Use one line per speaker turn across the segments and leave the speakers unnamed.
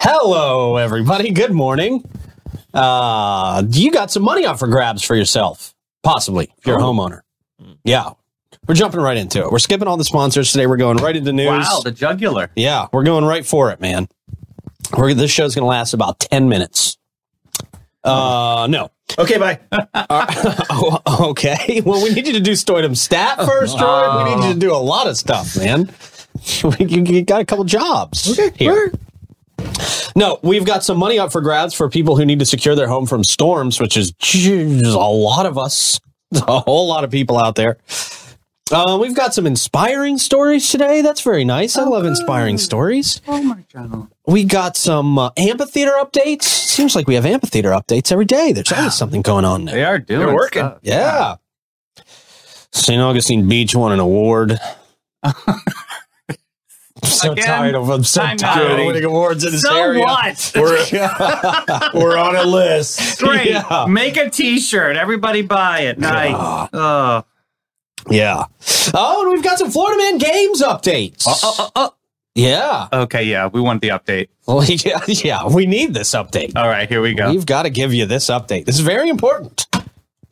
Hello, everybody. Good morning. Uh, you got some money up for grabs for yourself, possibly, if you're a
Oh.
homeowner. Yeah. We're jumping right into it. We're skipping all the sponsors today. We're going right into news.
Wow, the jugular.
Yeah, we're going right for it, man. We're, this show's going to last about 10 minutes. Uh, no.
Okay, bye.
Oh, okay. Well, we need you to do Stoidum stat
Oh,
first, Troy. We need you to do a lot of stuff, man. you, you got a couple jobs.
Okay,
Here. No, we've got some money up for grabs for people who need to secure their home from storms, which is geez, a lot of us, a whole lot of people out there. Uh, we've got some inspiring stories today. That's very nice.
Oh,
I love inspiring stories.
Hallmark Channel.
We got some uh, amphitheater updates. Seems like we have amphitheater updates every day. There's always something going on there.
They are doing.
They're working.
stuff.
Yeah. St. Augustine Beach won an award. I'm so
Again?
tired of I'm so
I'm not
tired of
ready.
winning awards in this
So
area.
what?
We're, we're on a list.
Great.
Yeah.
Make a T-shirt. Everybody buy it. Nice.
Uh-uh.
Oh.
Yeah. Oh, and we've got some Florida Man games updates.
Oh,
Uh-uh.
oh,
Yeah.
oh. Okay. Yeah, we want the update.
Well, yeah, yeah. We need this
Oh,
update.
All right, here we go.
We've got to give you this update. This is very important.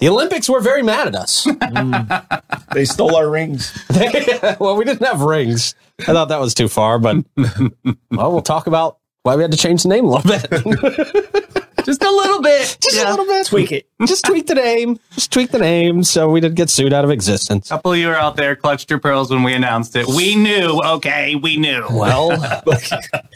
The Olympics were very mad at us.
They stole our rings.
well, we didn't have rings. I thought that was too far, but well, we'll talk about why we had to change the name a little bit.
Just a little bit.
just a
Yeah.
little bit.
Tweak it.
Just tweak the name. Just tweak the name so we didn't get sued out of
Oh,
existence.
couple of you were out there clutched your pearls when we announced it. We knew. Okay, we knew.
Well,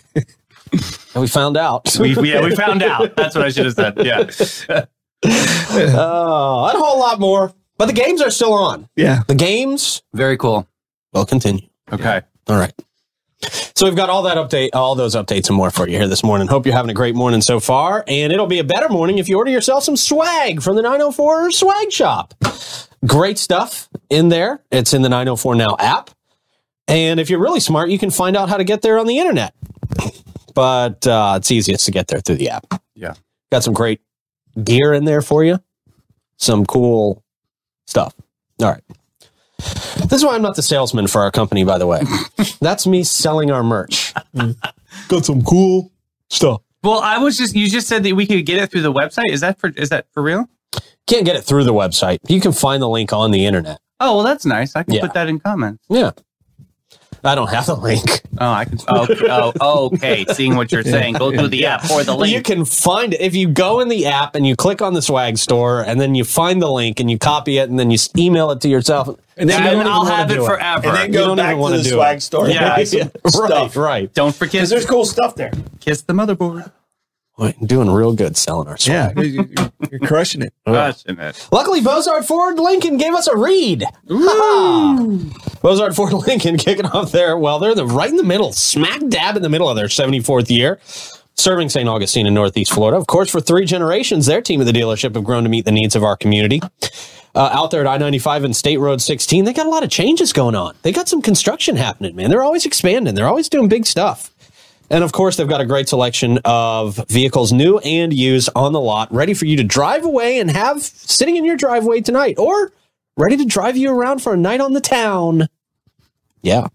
we found out.
We, yeah, we found out. That's what I should have said. Yeah.
Uh, and a whole lot more. But the games are still on.
Yeah.
The games
Very cool.
will continue.
Okay.
All right. So we've got all that update, all those updates and more for you here this morning. Hope you're having a great morning so far, and it'll be a better morning if you order yourself some swag from the 904 Swag Shop. Great stuff in there. It's in the 904 Now app. And if you're really smart, you can find out how to get there on the internet. But uh, it's easiest to get there through the app.
Yeah.
Got some great gear in there for you, some cool stuff. All right. This is why I'm not the salesman for our company, by the way. That's me selling our merch. Got some cool stuff.
Well, I was just you just said that we could get it through the website. Is that for is that for real?
Can't get it through the website. You can find the link on the internet.
Oh well, that's nice. I can
Yeah.
put that in comments.
Yeah. I don't have the link.
Oh, I can. Oh, oh, okay. Seeing what you're saying, go through the app or the
You
link.
can find it if you go in the app and you click on the swag store and then you find the link and you copy it and then you s- email it to yourself.
And
And then you don't even
I'll
wanna
have it
do
forever.
And then
You
go
don't
back
even
to
wanna
the
do
swag
it.
store.
Yeah,
Yeah,
Yeah,
some stuff.
Right, right.
Don't
Because
forget
there's cool stuff there.
kiss the motherboard.
Boy, doing real good selling our swag.
you're, crushing it.
Crushing it.
Luckily, Bozard Ford Lincoln gave us a read. Bozard Ford Lincoln kicking off there. Well, they're the right in the middle, smack dab in the middle of their 74th year, serving St. Augustine in Northeast Florida. Of course, for three generations, their team at the dealership have grown to meet the needs of our community. Uh, out there at I 95 and State Road 16, they got a lot of changes going on. They got some construction happening, man. They're always expanding, they're always doing big stuff. And of course, they've got a great selection of vehicles, new and used, on the lot, ready for you to drive away and have sitting in your driveway tonight, or ready to drive you around for a night on the town. Yeah.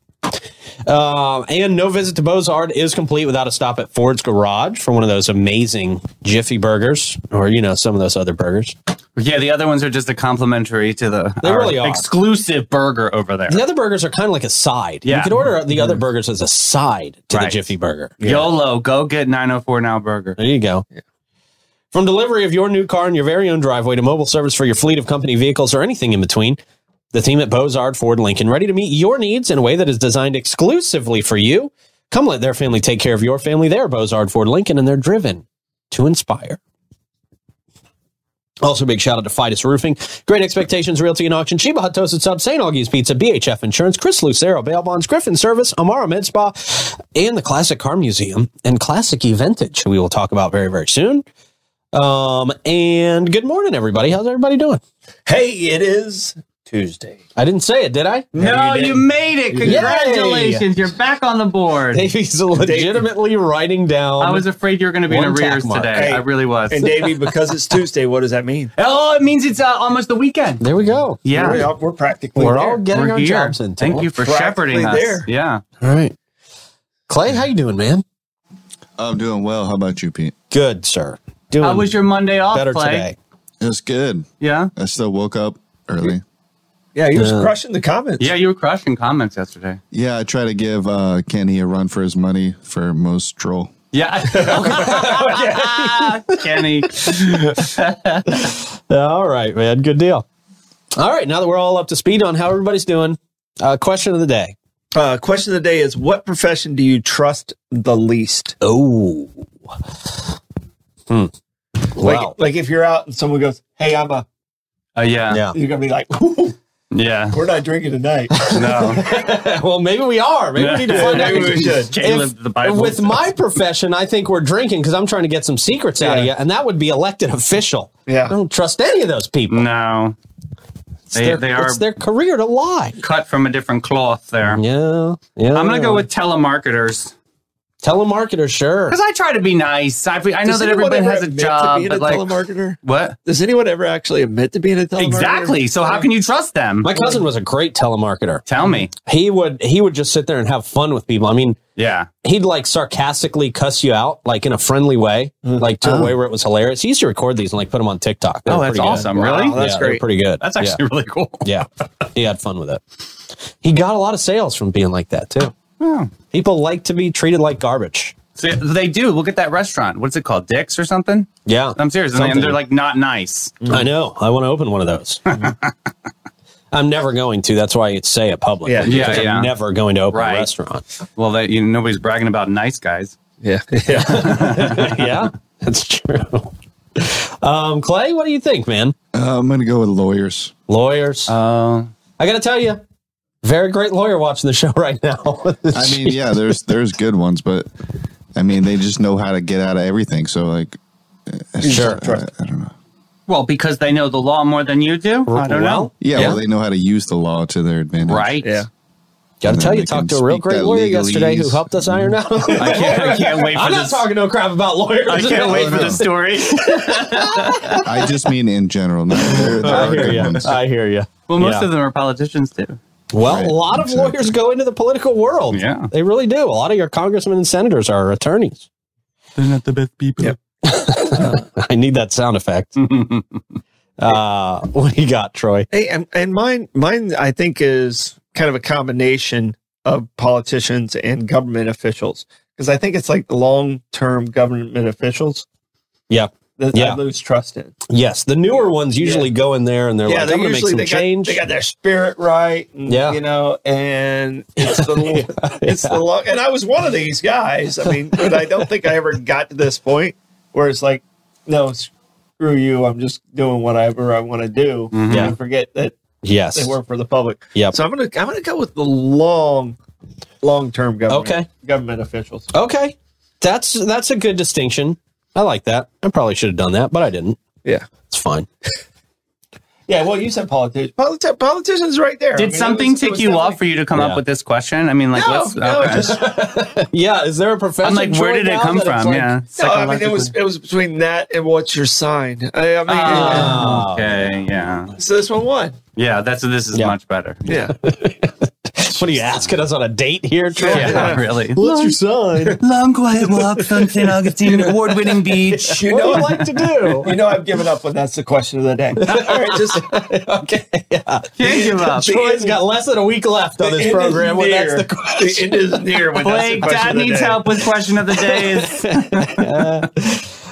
Um, and no visit to Bozard is complete without a stop at Ford's Garage for one of those amazing Jiffy burgers, or you know, some of those other burgers.
Yeah, the other ones are just a complimentary to the
They
our
really are.
exclusive burger over there.
The other burgers are kind of like a side. You
Yeah. Mm-hmm.
could order the other burgers as a side to the
Right.
Jiffy burger.
YOLO, go get 904 Now Burger.
There you go. From delivery of your new car in your very own driveway to mobile service for your fleet of company vehicles or anything in between, the team at Bozard Ford Lincoln ready to meet your needs in a way that is designed exclusively for you. Come let their family take care of your family. They're Bozard Ford Lincoln and they're driven to inspire. Also, big shout out to Fidus Roofing, Great Expectations Realty and Auction, Chiba Hut Toasted Sub, St. Augie's Pizza, BHF Insurance, Chris Lucero, Bail Bonds, Griffin Service, Amara Med Spa, and the Classic Car Museum and Classic Eventage, we will talk about very, very soon. Um, and good morning, everybody. How's everybody doing?
Hey, it is Tuesday.
I didn't say it, did I?
No,
you
you,
didn't.
made it. Congratulations. You're back on the board.
Davey's legitimately writing down.
I was afraid you were going to be in
One tack
arrears
mark.
today.
Hey.
I really was.
And Davey, because it's Tuesday, what does that mean?
oh, it means it's uh, almost the weekend.
there we go.
Yeah.
We're, all- we're practically
We're
there.
all getting
We're
our
here.
jobs in.
Thank you for
Practically
shepherding us.
there.
Yeah.
All right, Clay, how you doing, man?
I'm doing well. How about you, Pete?
Good, sir. Doing
How was your Monday off,
better
Clay?
today.
It's good.
Yeah.
I still woke up early.
Yeah, he was
Yeah.
crushing the comments.
Yeah, you were crushing comments yesterday.
Yeah, I try to give uh, Kenny a run for his money for most troll.
Yeah. Kenny.
All right, man. Good deal. All right, now that we're all up to speed on how everybody's doing, uh, question of the day.
Uh, question of the day is: What profession do you trust the least?
Oh. Hmm. Wow.
Like, like if you're out and someone goes, "Hey, I'm a,"
Uh, yeah.
Yeah.
you're gonna be like, "Ooh,
Yeah.
"We're not drinking tonight."
No.
well, maybe we are. Maybe we need to find out.
Maybe we should.
Caleb,
If-
the Bible.
With my profession, I think we're drinking because I'm trying to get some secrets out of you,
Yeah.
and that would be elected official.
Yeah.
I don't trust any of those people.
no.
It's,
They,
their,
they are
it's their career to lie.
cut from a different cloth there.
Yeah, yeah.
I'm going to go with telemarketers.
telemarketer. Sure.
Because I try to be nice. I, I know
Does
that
anyone
everybody
ever
has a
admit to
job,
being a
but like.
telemarketer.
What?
Does anyone ever actually admit to being a telemarketer?
Exactly. So how can you trust them?
My cousin was a great telemarketer.
Tell me.
He would he would just sit there and have fun with people. I mean,
Yeah.
he'd like sarcastically cuss you out, like in a friendly way, like to a way where it was hilarious. He used to record these and like put them on TikTok. They
Mm. Oh,
were
that's
pretty good.
awesome. Really?
Wow, that's
Yeah, they were
great.
Pretty good.
That's actually really cool.
yeah. yeah. He had fun with it. He got a lot of sales from being like that too.
Oh.
People like to be treated like garbage.
So they do. Look at that restaurant. What's it called? Dick's or something?
Yeah,
I'm serious. And they- and
Something.
they're like not nice.
I know. I want to open one of those. I'm never going to. That's why I say it publicly.
Yeah.
Yeah,
because I'm
yeah.
never going to open
Right.
a restaurant.
Well, that you nobody's bragging about nice guys.
Yeah. yeah.
yeah, that's true. Um, Clay, what do you think, man?
Uh, I'm going to go with lawyers.
Lawyers.
Oh,
I got to tell you, very great lawyer watching the show right now.
I mean, yeah, there's there's good ones, but I mean, they just know how to get out of everything. So like,
Sure.
I, I don't know.
well, because they know the law more than you do. I don't know.
Well,
Yeah,
Yeah.
well, they know how to use the law to their advantage.
Right?
Yeah.
Got to
And
tell
then
you,
they
talked to
can
a real
speak
great
that
lawyer yesterday who
legalese.
helped us iron out.
I can't. I can't wait for
I'm not
this.
talking no crap about lawyers.
I can't wait for
no.
the story.
I just mean in general. No, there, there
I
are
hear
good
you.
ones.
I hear you.
well, most
Yeah.
of them are politicians too.
Well,
Right,
a lot of
exactly.
lawyers go into the political world.
Yeah.
They really do. A lot of your congressmen and senators are attorneys.
They're not the best people.
Yep.
I need that sound effect. uh, what do you got, Troy?
Hey, and, and mine, mine, I think is kind of a combination of politicians and government officials because I think it's like the long-term government officials
Yeah.
that
Yeah.
I lose trust in.
Yes. The newer ones usually go in there and they're like,
they
I'm going to make some
they
change.
Got, they got their spirit right, and,
Yeah.
you know, and it's the it's the long. And I was one of these guys. I mean, but I don't think I ever got to this point where it's like, no, screw you. I'm just doing whatever I want to do.
Mm-hmm. Yeah.
and forget that they
yes.
work for the public.
Yep.
So I'm gonna I'm gonna go with the long, long term government
Okay.
government officials.
Okay. That's that's a good distinction. I like that. I probably should have done that, but I didn't.
Yeah.
It's fine.
Yeah. Well, you said politicians. Politi- politicians, right there.
Did
I mean, it
something
was- it
tick
was
you off
definitely-
for you to come
Yeah.
up with this question? I mean, like, let's.
No, no,
okay.
just, no,
yeah. Is there a profession?
I'm like, where
Troy,
did it
now
come
that it's
from?
like-
yeah.
I mean, it was it was between that and what's your sign. I, I mean,
Ah.
oh, okay. Yeah.
it- so this one won.
Yeah. That's this is
Yeah.
much better.
Yeah.
What are you asking us on a date here, Troy?
Yeah, really.
what's your sign?
Long quiet walk from St. Augustine, award-winning beach.
You
What do you
know,
like to do?
you know, I've given up when that's the question of the day. All right, just
okay. Yeah.
Can't give up.
Troy's got less than a week left on
the
this
end
program.
is
Well, that's
near.
the question.
It is near when that's the
Blake,
question of
Dad
the
needs
day.
help with question of the day. Is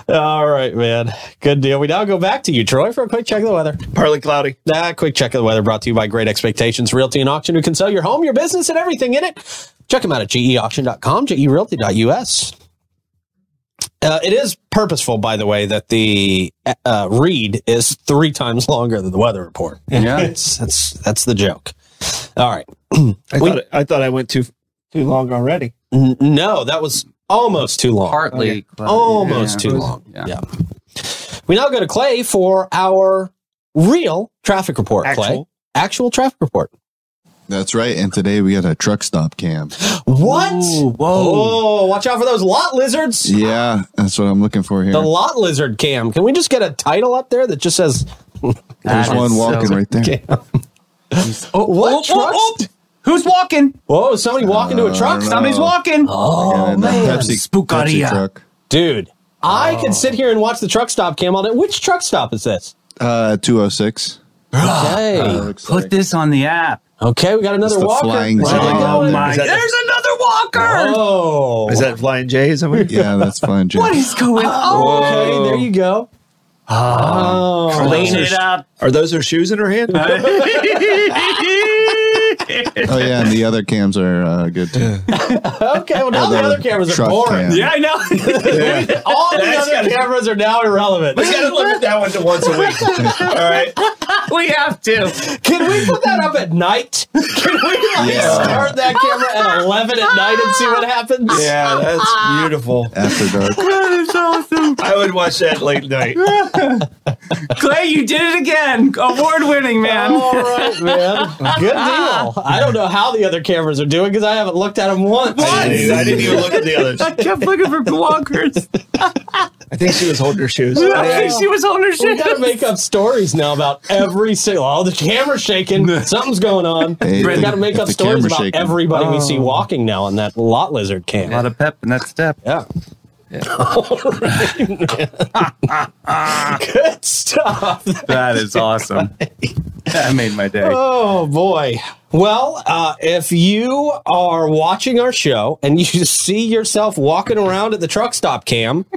All right, man. Good deal. We now go back to you, Troy, for a quick check of the weather.
Partly cloudy.
That quick check of the weather brought to you by Great Expectations Realty and Auction, who can sell your home, your business, and everything in it. Check them out at geauction.com, gerealty.us. Uh, it is purposeful, by the way, that the uh, read is three times longer than the weather report.
yeah.
It's, that's that's the joke. All right.
I
We-
thought I thought I went too too long already.
N- no, that was almost too long.
Partly,
Okay.
cloudy.
almost
Yeah.
too long.
Yeah.
yeah. We now go to Clay for our real traffic report. Clay,
Actual.
actual traffic report.
That's right. And today we got a truck stop cam.
What?
Ooh, whoa.
Oh, watch out for those lot lizards.
Yeah, that's what I'm looking for here.
The lot lizard cam. Can we just get a title up there that just says
There's
That is
one
so-
Oh, walking right there. oh,
what? trucks-
Who's walking?
Whoa, is somebody walking
Uh,
to a truck?
no.
Somebody's walking.
Oh,
and that
man.
Spookaria.
truck.
Dude, I
Oh.
could sit here and watch the truck stop cam all day. Which truck stop is this?
Uh, 206.
Okay.
Put this on the app.
okay, we got another
Ah. It's the
walker.
flying
Where's it
J.
going?
Oh
is
my!
that-
There's another walker.
Oh.
Is that Flying J? Is that what
Yeah, that's fine, Jim.
What is going on?
okay, there you go. Oh.
Clean it up.
Are those her shoes in her hand?
oh, yeah, and the other cams are uh, good too.
Okay, well, now the
Another
other cameras are
truck
boring.
cam.
yeah, I know.
All the
That's
other
gotta-
cameras are now irrelevant.
We gotta limit that one to once a week. All right.
we have to.
Can we put that up at night? Can we like,
Yeah.
start that camera at 11 at night and see what happens?
Yeah, that's beautiful.
After dark.
That is awesome.
I would watch that late night.
Clay, you did it again. Award winning, man.
All right, man. Good deal. I don't know how the other cameras are doing because I haven't looked at them once.
I didn't, I didn't even look at the others.
I kept looking for walkers.
I think she was holding her shoes.
I think she was on her
We
shit.
gotta make up stories now about every single. Oh, the camera's shaking. Something's going on.
Hey,
we
if
gotta
the-
make
if
up
the
stories
camera's
about
shaking. Oh.
everybody we see walking now on that lot lizard cam.
of pep in that step.
Yeah. Good stuff.
That is awesome. That made my day.
Oh boy. Well, uh, if you are watching our show and you see yourself walking around at the truck stop cam,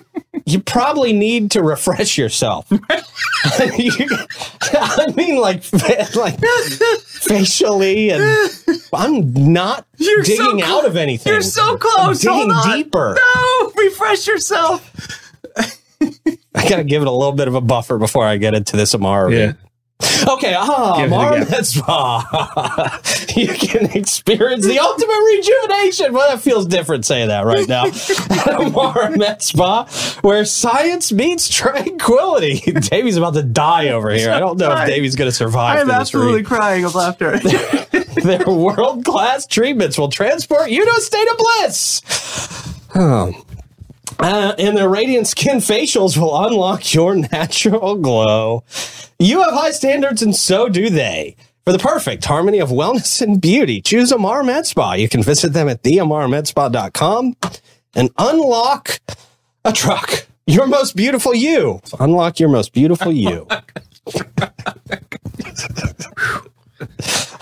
you probably need to refresh yourself. I mean, like, like facially, and I'm not
You're so
digging
cl-
out of anything.
You're so close.
I'm digging
Hold on.
deeper.
No, refresh yourself.
I gotta give it a little bit of a buffer before I get into this Amara. review. Okay, ah,
Give it a
Amara
go.
Mitzvah. you can experience the ultimate rejuvenation. Well, that feels different saying that right now. Amara Mitzvah, where science meets tranquility. Davey's about to die over here. I don't know if
Right.
Davey's gonna survive.
I
through
am
this read.
absolutely crying of laughter.
Their world class treatments will transport you to a state of bliss. Oh. Uh, and their radiant skin facials will unlock your natural glow. You have high standards, and so do they. For the perfect harmony of wellness and beauty, choose Amar Med Spa. You can visit them at theamarmedspa.com and unlock a truck. Your most beautiful you. Unlock your most beautiful you.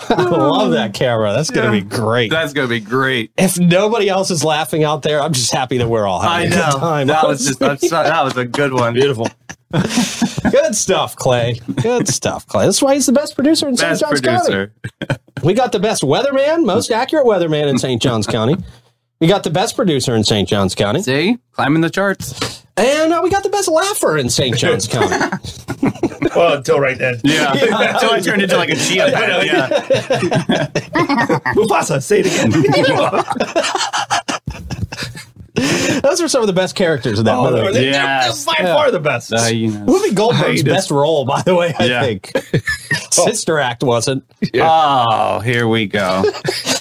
I love that camera. That's going to be great.
That's gonna be great.
If nobody else is laughing out there, I'm just happy that we're all
I
having a good
know.
time.
That was just I'm so- that was a good one. Beautiful.
good stuff, Clay. Good stuff, Clay. That's why he's the best producer in St.
Best
John's County.
producer.
We got the best weatherman, most accurate weatherman in St. John's County. We got the best producer in St. John's County.
See? Climbing the charts.
And uh, we got the best laugher in St. John's County.
Well, until right then.
Yeah. Until I turned into like a geopath. Yeah.
Mufasa, say it again.
Those are some of the best characters in that
Oh,
movie.
they're, they're-
Yes.
they're by
Yeah.
far the best.
Uh, you know.
Whoopi Goldberg's
Hate it.
best role, by the way, I
Yeah.
think.
Oh.
Sister Act wasn't.
Oh, here we go.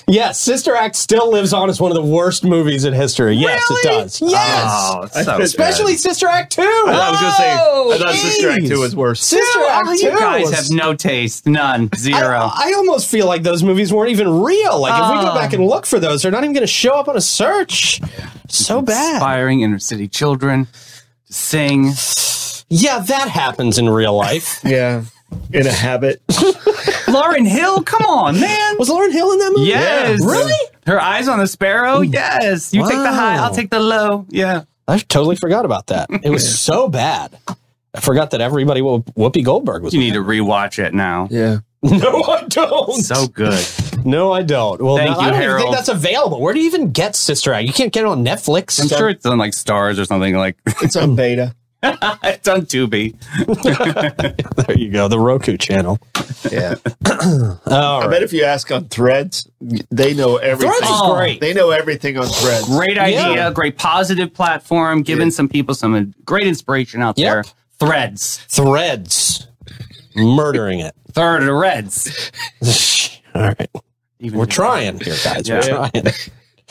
Yes, Sister Act still lives on as one of the worst movies in history. Yes, it does. Yes.
Oh, it's so
Especially Sister Act 2.
I was gonna say, I thought
Jeez.
Sister Act 2 was worse.
Sister
good.
Act
Oh,
2.
you guys
was-
have no taste. None. Zero.
I, I almost feel like those movies weren't even real. Like, if we go
Oh.
back and look for those, they're not even going to show up on a search. So bad.
Inspiring inner city children to sing.
Yeah, that happens in real life.
Yeah. In a habit.
Lauren Hill, come on, man.
Was Lauren Hill in that movie?
Yes.
Yeah. Really?
Her eyes on the sparrow? Yes. You take the high,
Wow.
I'll take the low. Yeah.
I totally forgot about that. It was so bad. I forgot that everybody, Whoop- Whoopi Goldberg was.
You need to rewatch it now.
Yeah.
No, I don't.
So good.
No, I don't. Well,
Thank
no,
you,
I don't even
Harold.
think that's available. Where do you even get Sister Act? You can't get it on Netflix.
I'm sure it's on like stars or something like
It's on beta.
it's on Tubi.
There you go. The Roku channel.
Yeah.
All
I
right.
bet if you ask on threads, they know everything.
Threads is great.
They know everything on threads.
Great idea,
Yeah.
great positive platform, giving some people some uh, great inspiration out there.
Yep.
Threads.
Threads. Murdering it.
Third reds.
All right.
Even
We're
if-
trying here, guys.
Yeah.
We're trying.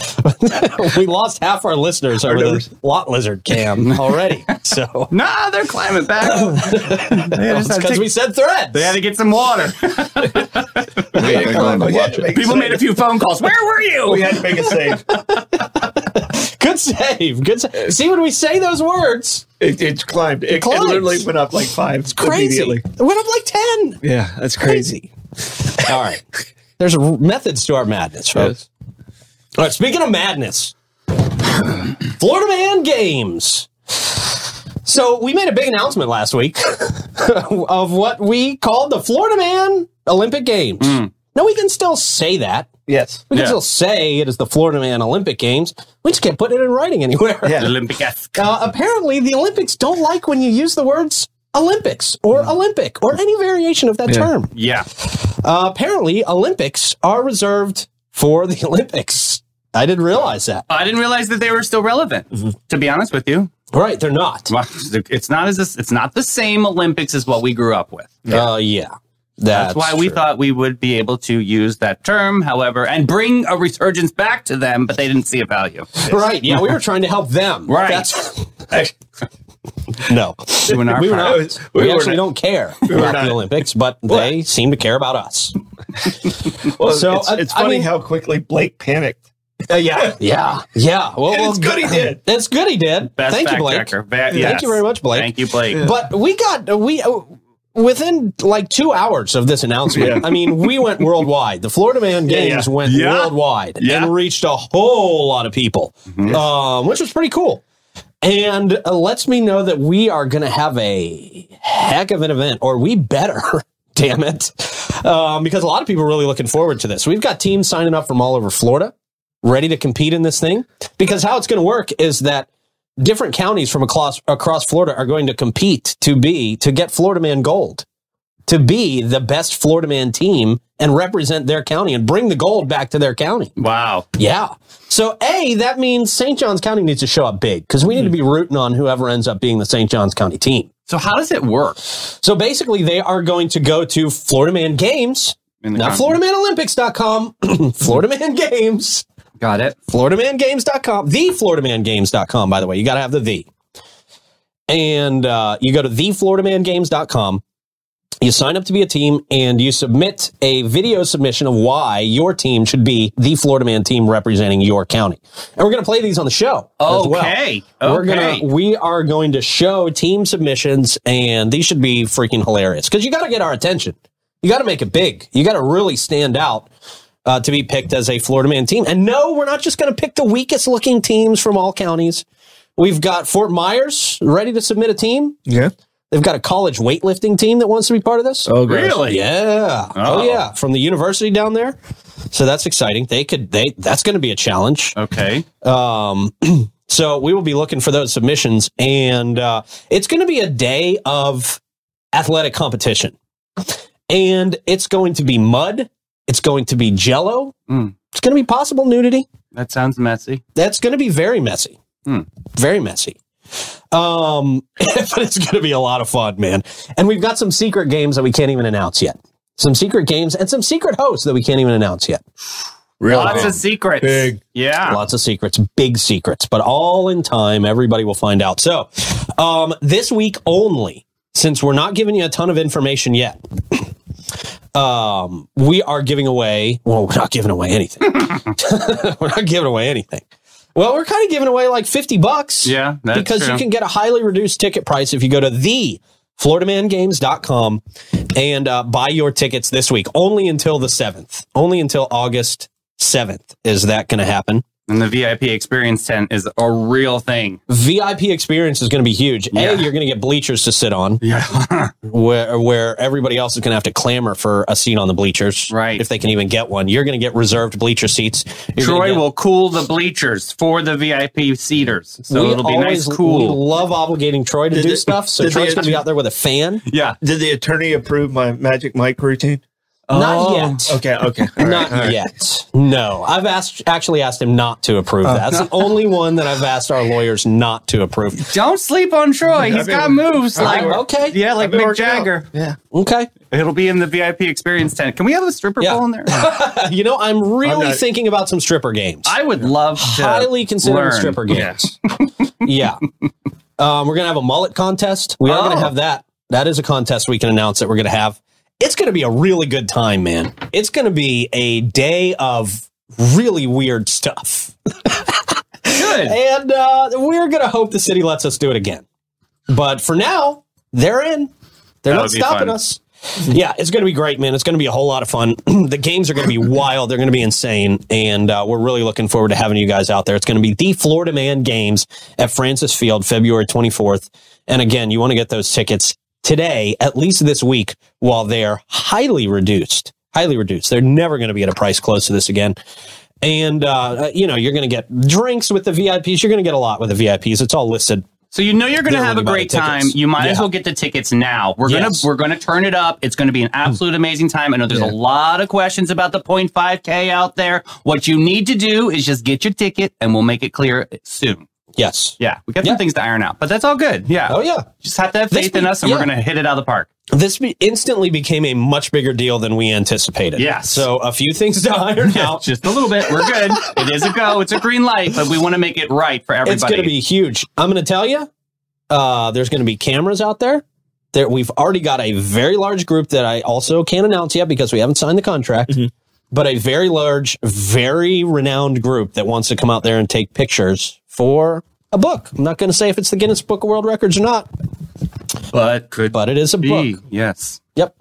we lost half our listeners over the lot lizard cam already. So
Nah, they're climbing back. they, just had to
because
take-
we said threads.
they had to get some water.
I think I'm gonna
We had
watch
to
it.
make
People
save.
made a few phone calls. Where were
We
you?
had to make a save.
Good save. Good. Sa- See when we say those words,
It, it climbed. It, it
climbs.
literally went up like five
crazy.
immediately.
It went up like ten.
Yeah, that's
Crazy. All right. There's a r- methods to our madness, folks. All right. Speaking of madness, Florida Man Games. So we made a big announcement last week of what we called the Florida Man Olympic Games. Now we can still say that.
Yes.
We can
Mm. Yeah.
still say it is the Florida Man Olympic Games. We just can't put it in writing anywhere.
Yeah.
Olympic esque.
Uh, apparently, the Olympics don't like when you use the words Olympics or Olympic or any variation of that term.
Mm. Yeah.
Uh, apparently, Olympics are reserved for the Olympics. I didn't realize that.
I didn't realize that they were still relevant. To be honest with you,
Right, they're not.
Well, it's not as it's not the same Olympics as what we grew up with.
Uh, yeah.
That's, why we
true.
thought we would be able to use that term, however, and bring a resurgence back to them, but they didn't see a value.
Right, yeah, we were trying to help them.
Right.
That's,
Actually,
no.
Doing our
We were
part.
not.
We
We,
were
actually
not-
don't care
were
about
not.
the Olympics, but they seem to care about us.
well,
So,
it's,
I-
it's
I
funny
mean-
how quickly Blake panicked.
Uh, yeah, yeah, yeah. Well,
And it's
well,
good he did.
It's good he did.
Best
Thank you,
fact
Blake.
checker. Va- yes.
you very much, Blake.
Thank you, Blake.
But we got we uh, within like two hours of this announcement.
Yeah.
I mean, we went worldwide. The Florida Man
Yeah,
Games
yeah.
went
Yeah.
worldwide
Yeah.
and reached a whole lot of people,
Mm-hmm.
um, which was pretty cool. And uh, lets me know that we are going to have a heck of an event, or we better. Damn it. Um, because a lot of people are really looking forward to this. We've got teams signing up from all over Florida ready to compete in this thing. Because how it's going to work is that different counties from across across Florida are going to compete to be to get Florida Man gold, to be the best Florida Man team and represent their county and bring the gold back to their county.
Wow.
Yeah. So a that means St. Johns County needs to show up big because we need to be rooting on whoever ends up being the St. Johns County team.
Hmm. So how does it work?
So basically, they are going to go to Florida Man Games,
In
not
con-
FloridaManOlympics.com, Florida Man Games.
Got it.
FloridaManGames.com, the FloridaManGames.com, by the way. You got to have the the. And uh, you go to the FloridaManGames.com. You sign up to be a team and you submit a video submission of why your team should be the Florida Man team representing your county. And we're going to play these on the show. as well.
Okay.
We're
Okay.
gonna we are going to show team submissions, and these should be freaking hilarious because you got to get our attention. You got to make it big. You got to really stand out uh, to be picked as a Florida man team. And no, we're not just going to pick the weakest looking teams from all counties. We've got Fort Myers ready to submit a team.
Yeah.
They've got a college weightlifting team that wants to be part of this.
Oh,
Really?
Yeah. Oh.
Oh.
yeah, from the university down there. So that's exciting. They could they that's going to be a challenge.
Okay.
Um, so we will be looking for those submissions, and uh, it's going to be a day of athletic competition, and it's going to be mud, it's going to be jello,
Mm.
it's going to be possible nudity.
That sounds messy.
That's going to be very messy,
Hmm.
very messy. Um, but it's going to be a lot of fun, man. And we've got some secret games that we can't even announce yet. Some secret games and some secret hosts that we can't even announce yet.
Lots of secrets.
Big.
Yeah.
Lots of secrets, big secrets, but all in time, everybody will find out. So, um, this week only, since we're not giving you a ton of information yet, um, we are giving away, well, we're not giving away anything. we're not giving away anything. Well, we're kind of giving away like 50 bucks.
Yeah, that's
because you
true.
can get a highly reduced ticket price if you go to the floridamangames.com and uh, buy your tickets this week only until the 7th only until august 7th is that going to happen
And the VIP experience tent is a real thing.
vip experience is going to be huge
Yeah.
a you're going to get bleachers to sit on
Yeah.
where where everybody else is going to have to clamor for a seat on the bleachers
Right.
if they can even get one you're going to get reserved bleacher seats You're gonna
Troy
get-
will cool the bleachers for the VIP seaters. So
we
it'll be
always
nice
we
cool.
love obligating troy to
Did
do
they-
stuff so
did they-
troy's going to be out there with a fan
yeah.
Did the attorney approve my magic mic routine?
Not
Oh.
yet.
Okay, okay.
Not yet. No, I've asked actually asked him not to approve that.
Uh.
That's the only one that I've asked our lawyers not to approve.
Don't sleep on Troy. He's
been-
got moves.
I've
Like
been-
Okay.
yeah, like
I've been
Mick
working out.
Jagger.
Yeah.
Okay.
It'll be in the VIP experience tent. Can we have a stripper
Yeah.
pole in there?
You know, I'm really
not-
thinking about some stripper games.
I would love to
highly considering
learn.
stripper games. yeah. Um, we're going to have a mullet contest. We are going
Oh.
to have that. That is a contest we can announce that we're going to have. It's going to be a really good time, man. It's going to be a day of really weird stuff.
Good.
And uh, we're going to hope the city lets us do it again. But for now, they're in. They're
That
not
would be
stopping
fun.
us. Yeah, it's going to be great, man. It's going to be a whole lot of fun. the games are going to be wild. They're going to be insane. And uh, we're really looking forward to having you guys out there. It's going to be the Florida Man Games at Francis Field, February 24th. And again, you want to get those tickets today, at least this week, while they're highly reduced. Highly reduced. They're never going to be at a price close to this again. And, uh, you know, you're going to get drinks with the VIPs. You're going to get a lot with the VIPs. It's all listed.
So you know you're going to
They're
have a
only buying
great
tickets.
time. You might as
Yeah.
well get the tickets now. We're
Yes.
gonna we're gonna turn it up. It's going to be an absolute amazing time. I know there's a lot of questions about the 0.5k out there. What you need to do is just get your ticket, and we'll make it clear soon.
Yes.
Yeah, we got
Yeah.
some things to iron out, but that's all good. Yeah.
Oh, yeah.
Just have to have
This
faith in
week-
us, and
yeah.
we're going to hit it out of the park.
this be- instantly became a much bigger deal than we anticipated.
Yes.
So a few things to iron out.
Just a little bit. We're good. it is a go. It's a green light, but we want to make it right for everybody.
It's going to be huge. I'm going to tell you, uh, there's going to be cameras out there. There, we've already got a very large group that I also can't announce yet because we haven't signed the contract.
Mm-hmm.
But a very large, very renowned group that wants to come out there and take pictures for a book. I'm not going to say if it's the Guinness Book of World Records or not,
but could
but it is a book.
be. Yes.
Yep.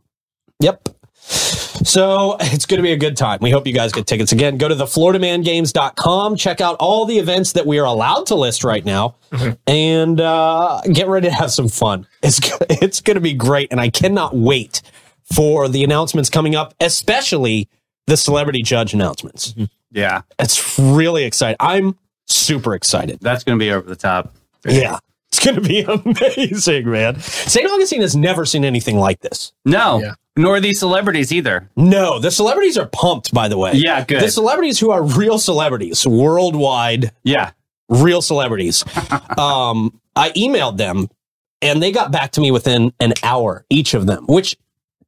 Yep. So it's going to be a good time. We hope you guys get tickets again. Go to the floridamangames.com, check out all the events that we are allowed to list right now, and uh, get ready to have some fun. It's, go- it's going to be great, and I cannot wait for the announcements coming up, especially the celebrity judge announcements.
Yeah.
It's really exciting. I'm super excited.
That's going to be over the top.
Yeah. It's going to be amazing, man. St. Augustine has never seen anything like this.
No.
Yeah.
Nor these celebrities either.
No, the celebrities are pumped, by the way.
Yeah, good.
The celebrities who are real celebrities, worldwide
yeah.
real celebrities. um, I emailed them and they got back to me within an hour, each of them, which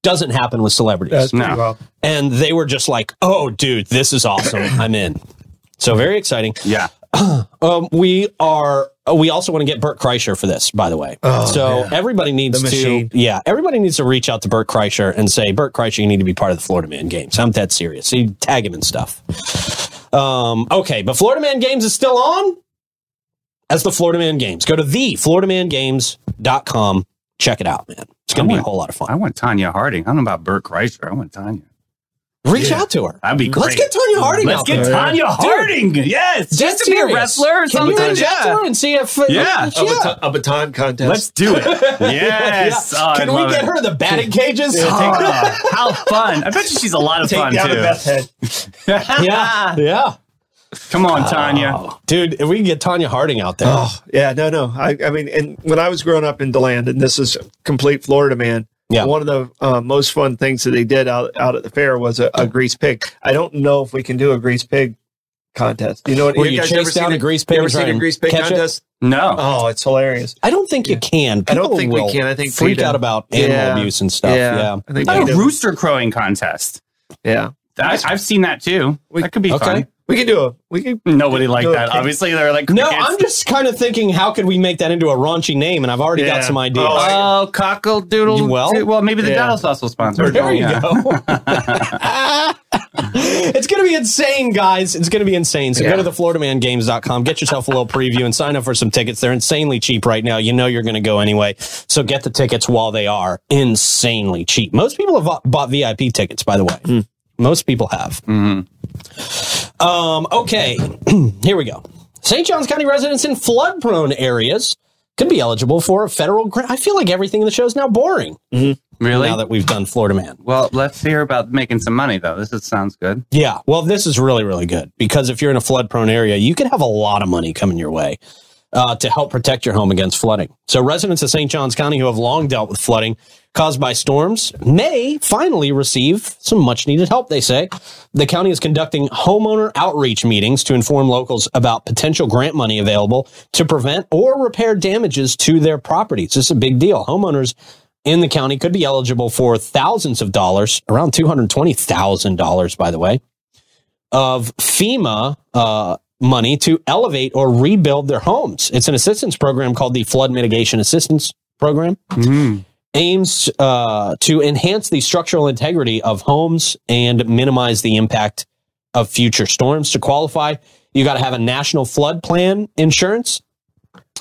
doesn't happen with celebrities.
That's
No.
pretty wild.
and they were just like, oh, dude, this is awesome. I'm in. So very exciting.
Yeah.
Um, we are. oh, We also want to get Burt Kreischer for this, by the way.
Oh,
so
man.
everybody needs
The
to,
machine.
yeah, everybody needs to reach out to Burt Kreischer and say, Burt Kreischer, you need to be part of the Florida Man Games. I'm that serious. You tag him and stuff. Um, okay, but Florida Man Games is still on as the Florida Man Games. Go to the floridamangames.com. Check it out, man. It's going to be a whole lot of
I
fun.
want Tanya Harding. I don't know about Burt Kreischer. I want Tanya.
Reach out to her.
That'd be
Let's
great.
get Tonya Harding
Let's
out
get
there.
Tanya Harding. yes.
Dead
Just to be a
serious.
wrestler or
Can you
something.
reach out to
Yeah.
her and see if
Yeah.
A, baton, a baton contest.
Let's do it. Yes.
Yeah.
Oh, I
Can we
love
get
it.
her the batting cages?
Oh, how fun. I bet you she's a lot of
take
fun
down
too.
the Beth head.
yeah, yeah,
Come on, Tanya.
dude. If we can get Tanya Harding out there,
Oh yeah, no, no. I, I mean, and when I was growing up in Deland, and this is complete Florida man.
Yeah.
One of the uh, most fun things that they did out out at the fair was a, a grease pig. I don't know if we can do a grease pig contest. You know what?
Where you chase down
seen
a grease pig
You ever
and try
seen a
and
grease pig
catch it?
contest?
No.
Oh, it's hilarious.
I don't think you can.
I don't
People
think we
will
can. I think
freak
PETA.
out about animal
Yeah.
abuse and stuff. Yeah,
Yeah. I think
How about
we
a
do.
rooster crowing contest?
Yeah,
I, I've seen that too.
We-
that could be
okay.
fun.
we can do a we can.
Nobody liked
No,
that.
okay.
Obviously, they're like,
No,
crickets.
I'm just kind of thinking, how could we make that into a raunchy name? And I've already
Yeah.
got some ideas.
Oh, I-
Oh, cockle doodle.
Well-
well, maybe the
Yeah.
Dada Sauce will sponsor it.
there you
Yeah.
go. it's going to be insane, guys. It's going to be insane. So go to the FloridaManGames.com, get yourself a little preview, and sign up for some tickets. They're insanely cheap right now. You know you're going to go anyway. So get the tickets while they are insanely cheap. Most people have bought- bought VIP tickets, by the way. Most people have. Um, okay, here we go. St. Johns County residents in flood prone areas could be eligible for a federal grant. I feel like everything in the show is now boring
Really?
now that we've done Florida Man.
well, let's hear about making some money, though. This is, sounds good.
Yeah. Well, this is really, really good because if you're in a flood prone area, you could have a lot of money coming your way. uh, to help protect your home against flooding. So residents of St. Johns County who have long dealt with flooding caused by storms may finally receive some much needed help, they say. The county is conducting homeowner outreach meetings to inform locals about potential grant money available to prevent or repair damages to their properties. This is a big deal. Homeowners in the county could be eligible for thousands of dollars, around $220,000, by the way, of FEMA uh, money to elevate or rebuild their homes. It's an assistance program called the Flood Mitigation Assistance Program.
Mm-hmm.
Aims uh, to enhance the structural integrity of homes and minimize the impact of future storms. To qualify, you got to have a national flood plan insurance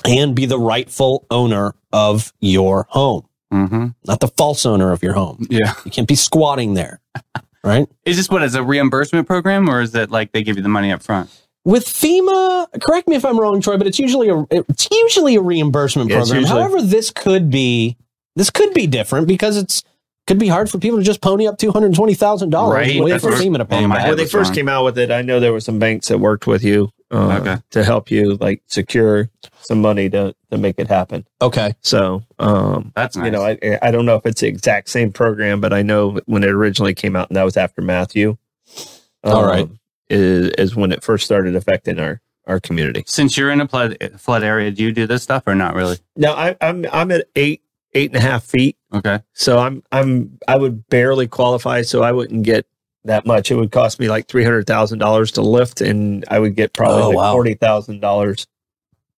and be the rightful owner of your home
Mm-hmm.
not the false owner of your home.
Yeah.
You can't be squatting there, right?
Is this what is a reimbursement program, or is it like they give you the money up front?
With FEMA, correct me if I'm wrong, Troy, but it's usually a it's usually a reimbursement
Yeah, it's
program.
usually-
However, this could be this could be different because it's could be hard for people to just pony up two hundred twenty thousand dollars
Right.
and wait
That's
for
what-
FEMA to pay
in
them
my
back.
head.
when they
was
first
wrong.
came out with it, I know there were some banks that worked with you uh,
Okay.
to help you like secure some money to to make it happen.
Okay,
So, um,
That's nice.
you know, I I don't know if it's the exact same program, but I know when it originally came out, and that was after Matthew. um,
All right.
is, is when it first started affecting our our community.
Since you're in a flood flood area, do you do this stuff or not really?
Now I, I'm I'm at eight eight and a half feet,
Okay.
so I'm I'm I would barely qualify, so I wouldn't get that much. It would cost me like three hundred thousand dollars to lift, and I would get probably
Oh,
like
wow.
forty thousand dollars.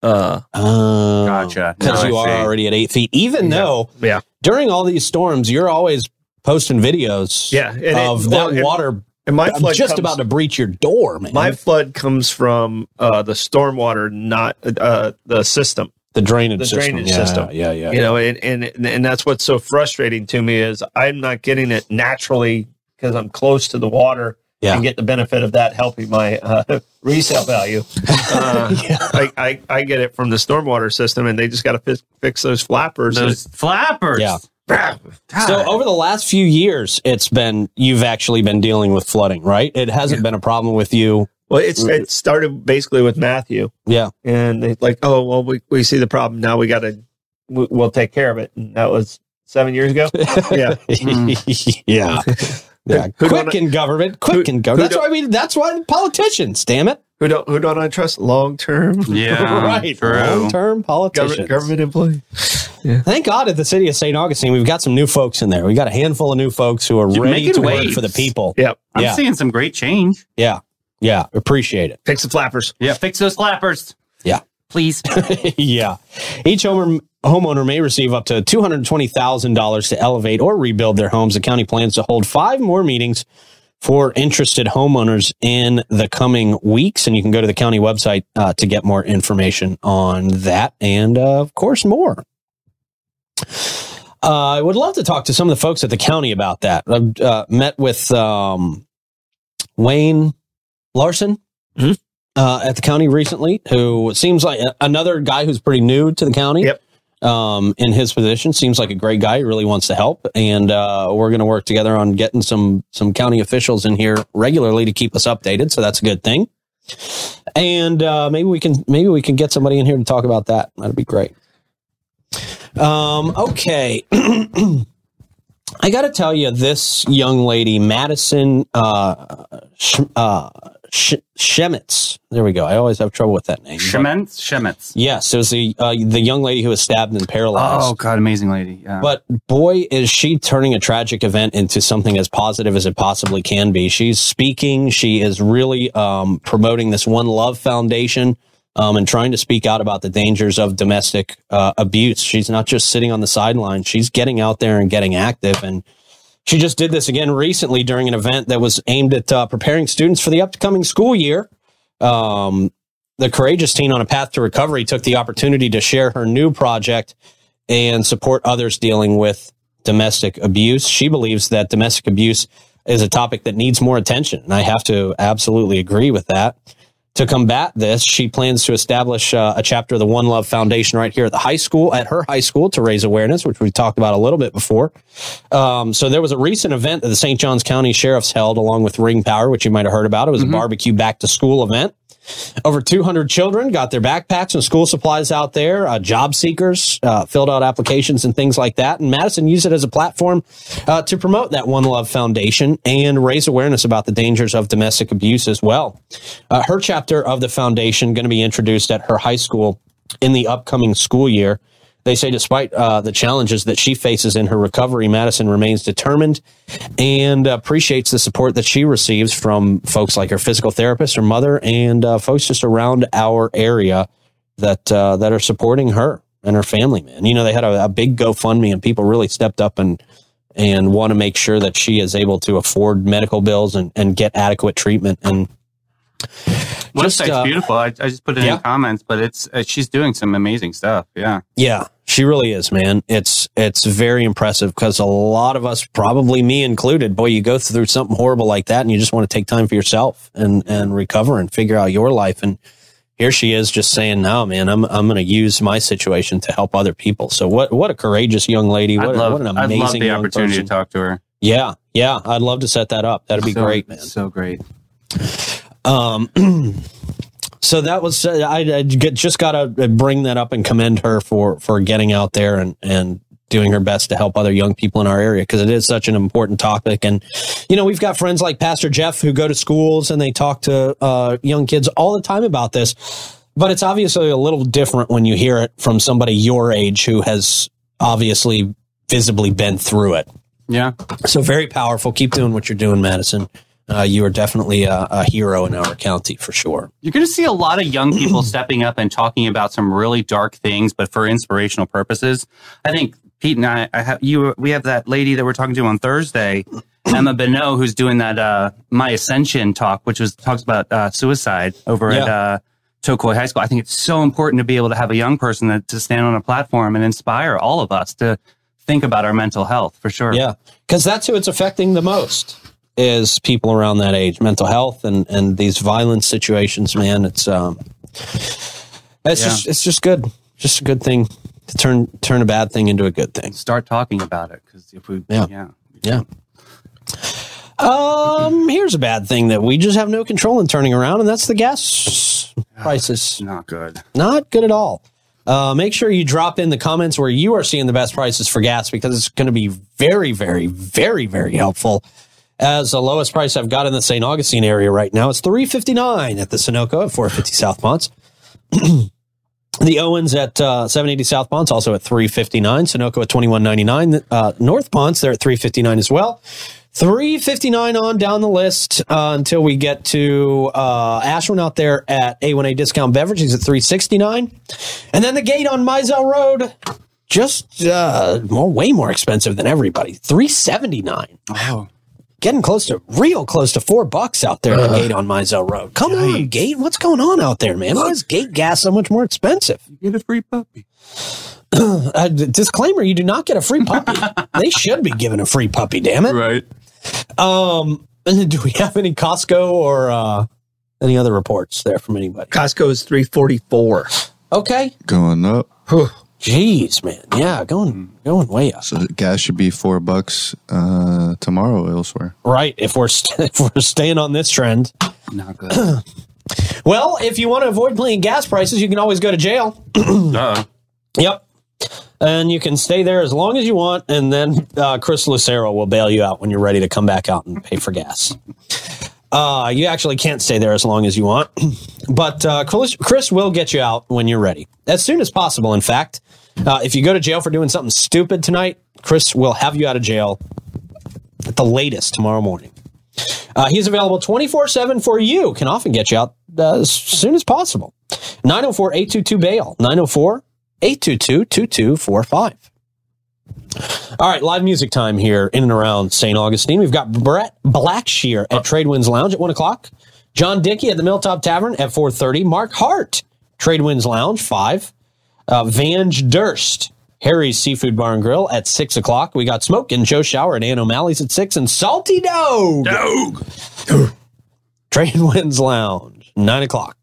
Uh,
Oh.
Gotcha.
Because
Now
you
I
are
see.
already at eight feet, even
Yeah.
though
Yeah.
during all these storms, you're always posting videos
yeah, and it-
of
well,
that
and-
water
And my flood
just
comes,
about to breach your door, man.
my flood comes from uh, the stormwater, not uh, the system.
the drainage
The
system.
drainage
yeah,
system.
Yeah, yeah.
you know and, and and that's what's so frustrating to me is i'm not getting it naturally because i'm close to the water
Yeah.
and get the benefit of that helping my uh, resale value uh, I, I, I get it from the stormwater system and they just got to fix, fix those flappers
Those flappers.
Yeah.
God.
So over the last few years, it's been you've actually been dealing with flooding, right? It hasn't been a problem with you.
well it's it started basically with matthew
Yeah.
and they like oh well we, we see the problem now we got to we'll take care of it and that was seven years ago yeah Mm.
yeah. Yeah.
Who
quick
don't-
in government. Quick
who-
in government. That's
who
why we that's why the politicians, damn it.
who don't who don't i trust long term
Yeah.
right.
True.
Long term politicians.
government, government employee
Thank God at the city of St. Augustine, we've got some new folks in there. We've got a handful of new folks who are
Dude,
ready
making
to work
waves.
for the people.
yep
I'm
Yeah.
seeing some great change.
Yeah. Yeah. Appreciate it.
fix the flappers
Yeah. Fix those flappers.
Yeah.
Please.
yeah. Each homer, homeowner may receive up to $220,000 to elevate or rebuild their homes. The county plans to hold five more meetings for interested homeowners in the coming weeks. And you can go to the county website uh, to get more information on that and, uh, of course, more. Uh, I would love to talk to some of the folks at the county about that. I've uh, met with um, Wayne Larson uh, at the county recently, who seems like another guy who's pretty new to the county.
Yep.
Um, in his position, seems like a great guy. He really wants to help, and uh, we're going to work together on getting some some county officials in here regularly to keep us updated. So that's a good thing. And uh, maybe we can maybe we can get somebody in here to talk about that. That'd be great. Um, okay. I got to tell you, this young lady, Madison uh, Sh- uh, Sh- Shemitz. There we go. I always have trouble with that name.
Shements. Shements.
Yes, it was the uh, the young lady who was stabbed and
Oh
paralyzed.
God, amazing lady. Yeah.
But boy, is she turning a tragic event into something as positive as it possibly can be. She's speaking. She is really um, promoting this One Love Foundation um, and trying to speak out about the dangers of domestic uh, abuse. She's not just sitting on the sidelines. She's getting out there and getting active. And she just did this again recently during an event that was aimed at uh, preparing students for the upcoming school year. Um, the courageous teen on a path to recovery took the opportunity to share her new project and support others dealing with domestic abuse. She believes that domestic abuse is a topic that needs more attention, and I have to absolutely agree with that. To combat this, she plans to establish uh, a chapter of the One Love Foundation right here at the high school, at her high school, to raise awareness, which we talked about a little bit before. Um, so there was a recent event that the St. Johns County Sheriff's held along with Ring Power, which you might have heard about. It was a barbecue back to school event. Over 200 children got their backpacks and school supplies out there. Uh, job seekers uh, filled out applications and things like that. And Madison used it as a platform uh, to promote that One Love Foundation and raise awareness about the dangers of domestic abuse as well. Uh, her chapter of the foundation going to be introduced at her high school in the upcoming school year. They say, despite uh, the challenges that she faces in her recovery, Madison remains determined and appreciates the support that she receives from folks like her physical therapist, her mother, and uh, folks just around our area that uh, that are supporting her and her family. Man, you know, they had a, a big GoFundMe, and people really stepped up and and want to make sure that she is able to afford medical bills and, and get adequate treatment. And
Website's
uh,
beautiful. I, I just put it
yeah.
in the comments, but it's uh, she's doing some amazing stuff. Yeah.
Yeah, she really is, man. It's it's very impressive because a lot of us, probably me included, boy, you go through something horrible like that, and you just want to take time for yourself and and recover and figure out your life. And here she is, just saying, "No, man, I'm I'm going to use my situation to help other people." So what what a courageous young lady! What,
I'd love,
what an
I'd
amazing
love the
young
opportunity
person.
to talk to her.
Yeah, yeah, I'd love to set that up. That'd be
So-
great, man.
So great.
Um, so that was uh, I, I get- just got to bring that up and commend her for for getting out there and and doing her best to help other young people in our area because it is such an important topic and you know we've got friends like pastor jeff who go to schools and they talk to uh, young kids all the time about this but it's obviously a little different when you hear it from somebody your age who has obviously visibly been through it
Yeah.
so very powerful. Keep doing what you're doing, Madison. Uh, you are definitely a, a hero in our county for sure.
You're going to see a lot of young people stepping up and talking about some really dark things, but for inspirational purposes. I think Pete and I, I have you. We have that lady that we're talking to on Thursday, Emma Beno, who's doing that uh, My Ascension talk, which was talks about uh, suicide over at
Yeah.
uh, Tokoi High School. I think it's so important to be able to have a young person that, to stand on a platform and inspire all of us to think about our mental health for sure.
Yeah, because that's who it's affecting the most is people around that age, mental health and and these violent situations. Man, it's um, it's
Yeah.
just it's just good, just a good thing to turn turn a bad thing into a good thing.
Start talking about it because if we,
Yeah.
yeah.
Yeah. Um, here's a bad thing that we just have no control in turning around, and that's the gas prices.
Not good.
Not good at all. Uh, make sure you drop in the comments where you are seeing the best prices for gas because it's going to be very, very, very, very helpful. As the lowest price I've got in the St. Augustine area right now, it's three fifty nine at the Sunoco at four fifty South Ponce. the Owens at uh, seven eighty South Ponce also at three fifty nine. Sunoco at twenty one ninety nine. Uh, North Ponce they're at three fifty nine as well. 359 on down the list uh, until we get to uh, Ashwin out there at A1A Discount Beverage. He's at 369. And then the gate on Mizell Road, just uh, more, way more expensive than everybody. 379.
Wow.
Getting close to, real close to four bucks out there at the gate on Mizell Road. Come on, gate. What's going on out there, man? Why is gate gas so much more expensive?
Get a free puppy.
Uh, d- disclaimer, you do not get a free puppy. they should be given a free puppy, damn it.
Right.
Um, and then do we have any Costco or uh, any other reports there from anybody?
Costco is three forty four.
Okay.
Going up.
Jeez, man. Yeah, going going way up.
So the gas should be four bucks uh, tomorrow elsewhere.
Right. If we're st- if we're staying on this trend.
Not good. uh
Well, if you want to avoid paying gas prices, you can always go to jail. Uh-huh.
oh.
Yep. And you can stay there as long as you want, and then uh, Chris Lucero will bail you out when you're ready to come back out and pay for gas. Uh, you actually can't stay there as long as you want, but uh, Chris, Chris will get you out when you're ready, as soon as possible. In fact, uh, if you go to jail for doing something stupid tonight, Chris will have you out of jail at the latest tomorrow morning. Uh, he's available 24 7 for you. Can often get you out uh, as soon as possible. 904 822 bail. 904 822 2245. All right, live music time here in and around St. Augustine. We've got Brett Blackshear at Tradewinds Lounge at 1 o'clock. John Dickey at the Milltop Tavern at 4.30. Mark Hart, Tradewinds Lounge, 5. Uh, Vange Durst, Harry's Seafood Bar and Grill at 6 o'clock. We got Smoke and Joe Shower at Ann O'Malley's at 6. And Salty Dog. Train Winds Lounge, nine o'clock.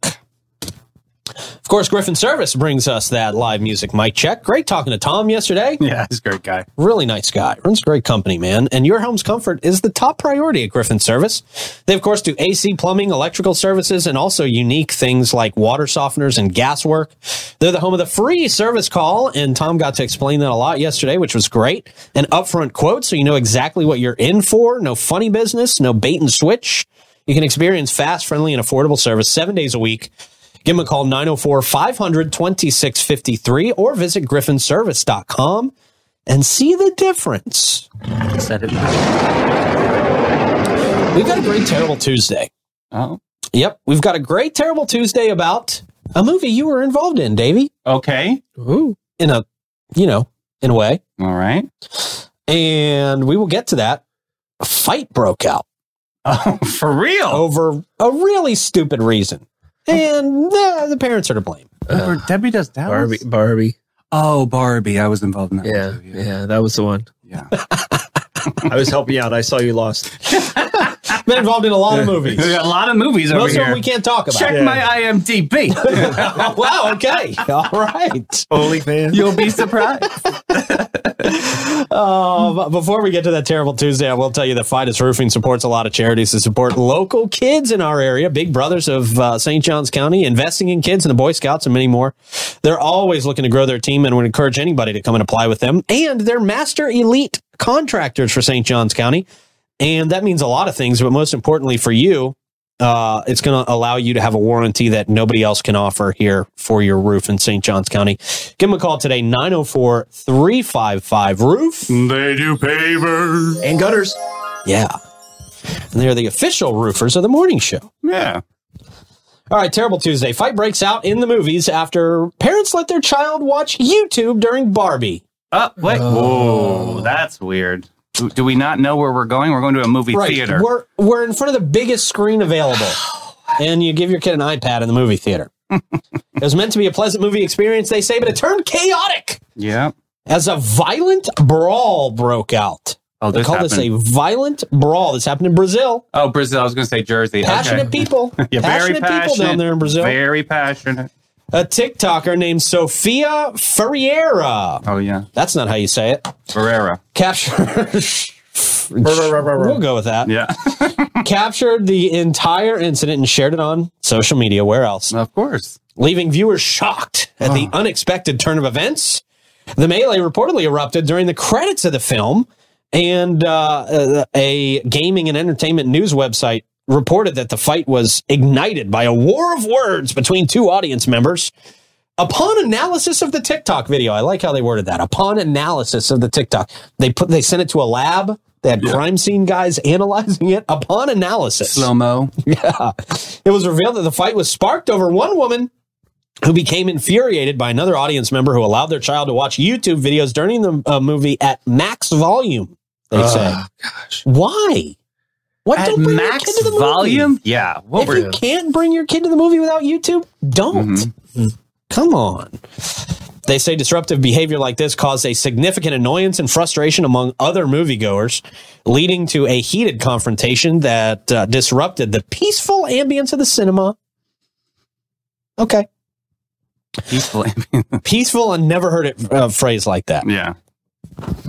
Of course, Griffin Service brings us that live music mic check. Great talking to Tom yesterday.
Yeah, he's a great guy.
Really nice guy. Runs great company, man. And your home's comfort is the top priority at Griffin Service. They, of course, do AC plumbing, electrical services, and also unique things like water softeners and gas work. They're the home of the free service call. And Tom got to explain that a lot yesterday, which was great. An upfront quote, so you know exactly what you're in for. No funny business, no bait and switch. You can experience fast, friendly, and affordable service seven days a week. Give them a call 904 500 2653 or visit griffinservice.com and see the difference.
Said it.
We've got a great Terrible Tuesday.
Oh,
Yep, we've got a great Terrible Tuesday about a movie you were involved in, Davey.
okay.
Ooh. In a, you know, in a way.
All right.
And we will get to that. A fight broke out
Oh, for real?
over a really stupid reason. And uh, the parents are to blame.
Over Debbie does Dallas.
Barbie, Barbie.
Oh, Barbie. I was involved in that.
Yeah,
too,
yeah, that was the one.
yeah.
I was helping you out. I saw you lost.
Been involved in a lot of movies.
There's a lot of movies over
Most of
here.
them we can't talk about.
Check
Yeah.
my IMDb.
wow, okay. All right.
Holy man.
You'll be surprised.
Uh, but before we get to that terrible Tuesday, I will tell you that Fidus Roofing supports a lot of charities to support local kids in our area. Big Brothers of uh, St. John's County, investing in kids and the Boy Scouts and many more. They're always looking to grow their team and would encourage anybody to come and apply with them. And they're master elite contractors for St. John's County. And that means a lot of things, but most importantly for you, uh, it's going to allow you to have a warranty that nobody else can offer here for your roof in St. John's County. Give them a call today, 904 355 Roof.
They do pavers.
And gutters.
Yeah. And they're the official roofers of the morning show.
Yeah.
All right, Terrible Tuesday. Fight breaks out in the movies after parents let their child watch YouTube during Barbie.
Oh, wait. Whoa, that's weird. Do- Do we not know where we're going? We're going to a movie
Right.
theater.
We're, we're in front of the biggest screen available. And you give your kid an iPad in the movie theater. it was meant to be a pleasant movie experience, they say, but it turned chaotic
Yeah.
as a violent brawl broke out.
Oh,
They
this
call this a
happened.
violent brawl. This happened in Brazil.
oh, Brazil. I was going to say Jersey.
Passionate
okay.
people.
Yeah, very
passionate, people down there in Brazil.
Very passionate.
a TikToker named Sofia Ferreira.
Oh yeah,
That's not how you say it.
Ferrera.
Captured. we'll
We'll
go with that.
Yeah,
Captured the entire incident and shared it on social media. Where else?
of course.
Leaving viewers shocked at the unexpected turn of events. The melee reportedly erupted during the credits of the film, and uh, a gaming and entertainment news website reported that the fight was ignited by a war of words between two audience members. Upon analysis of the TikTok video, I like how they worded that. Upon analysis of the TikTok, they put they sent it to a lab. They had crime scene guys analyzing it. Upon analysis,
Slow mo.
yeah. It was revealed that the fight was sparked over one woman who became infuriated by another audience member who allowed their child to watch YouTube videos during the uh, movie at max volume. They say, "Why? What
Oh, At
don't bring your kid
max
to the movie?
volume. Yeah. What
If you
were
can't bring your kid to the movie without YouTube, don't. Come on." They say disruptive behavior like this caused a significant annoyance and frustration among other moviegoers, leading to a heated confrontation that uh, disrupted the peaceful ambience of the cinema. Okay.
peaceful?
Peaceful, I never heard it uh, phrased like that.
yeah.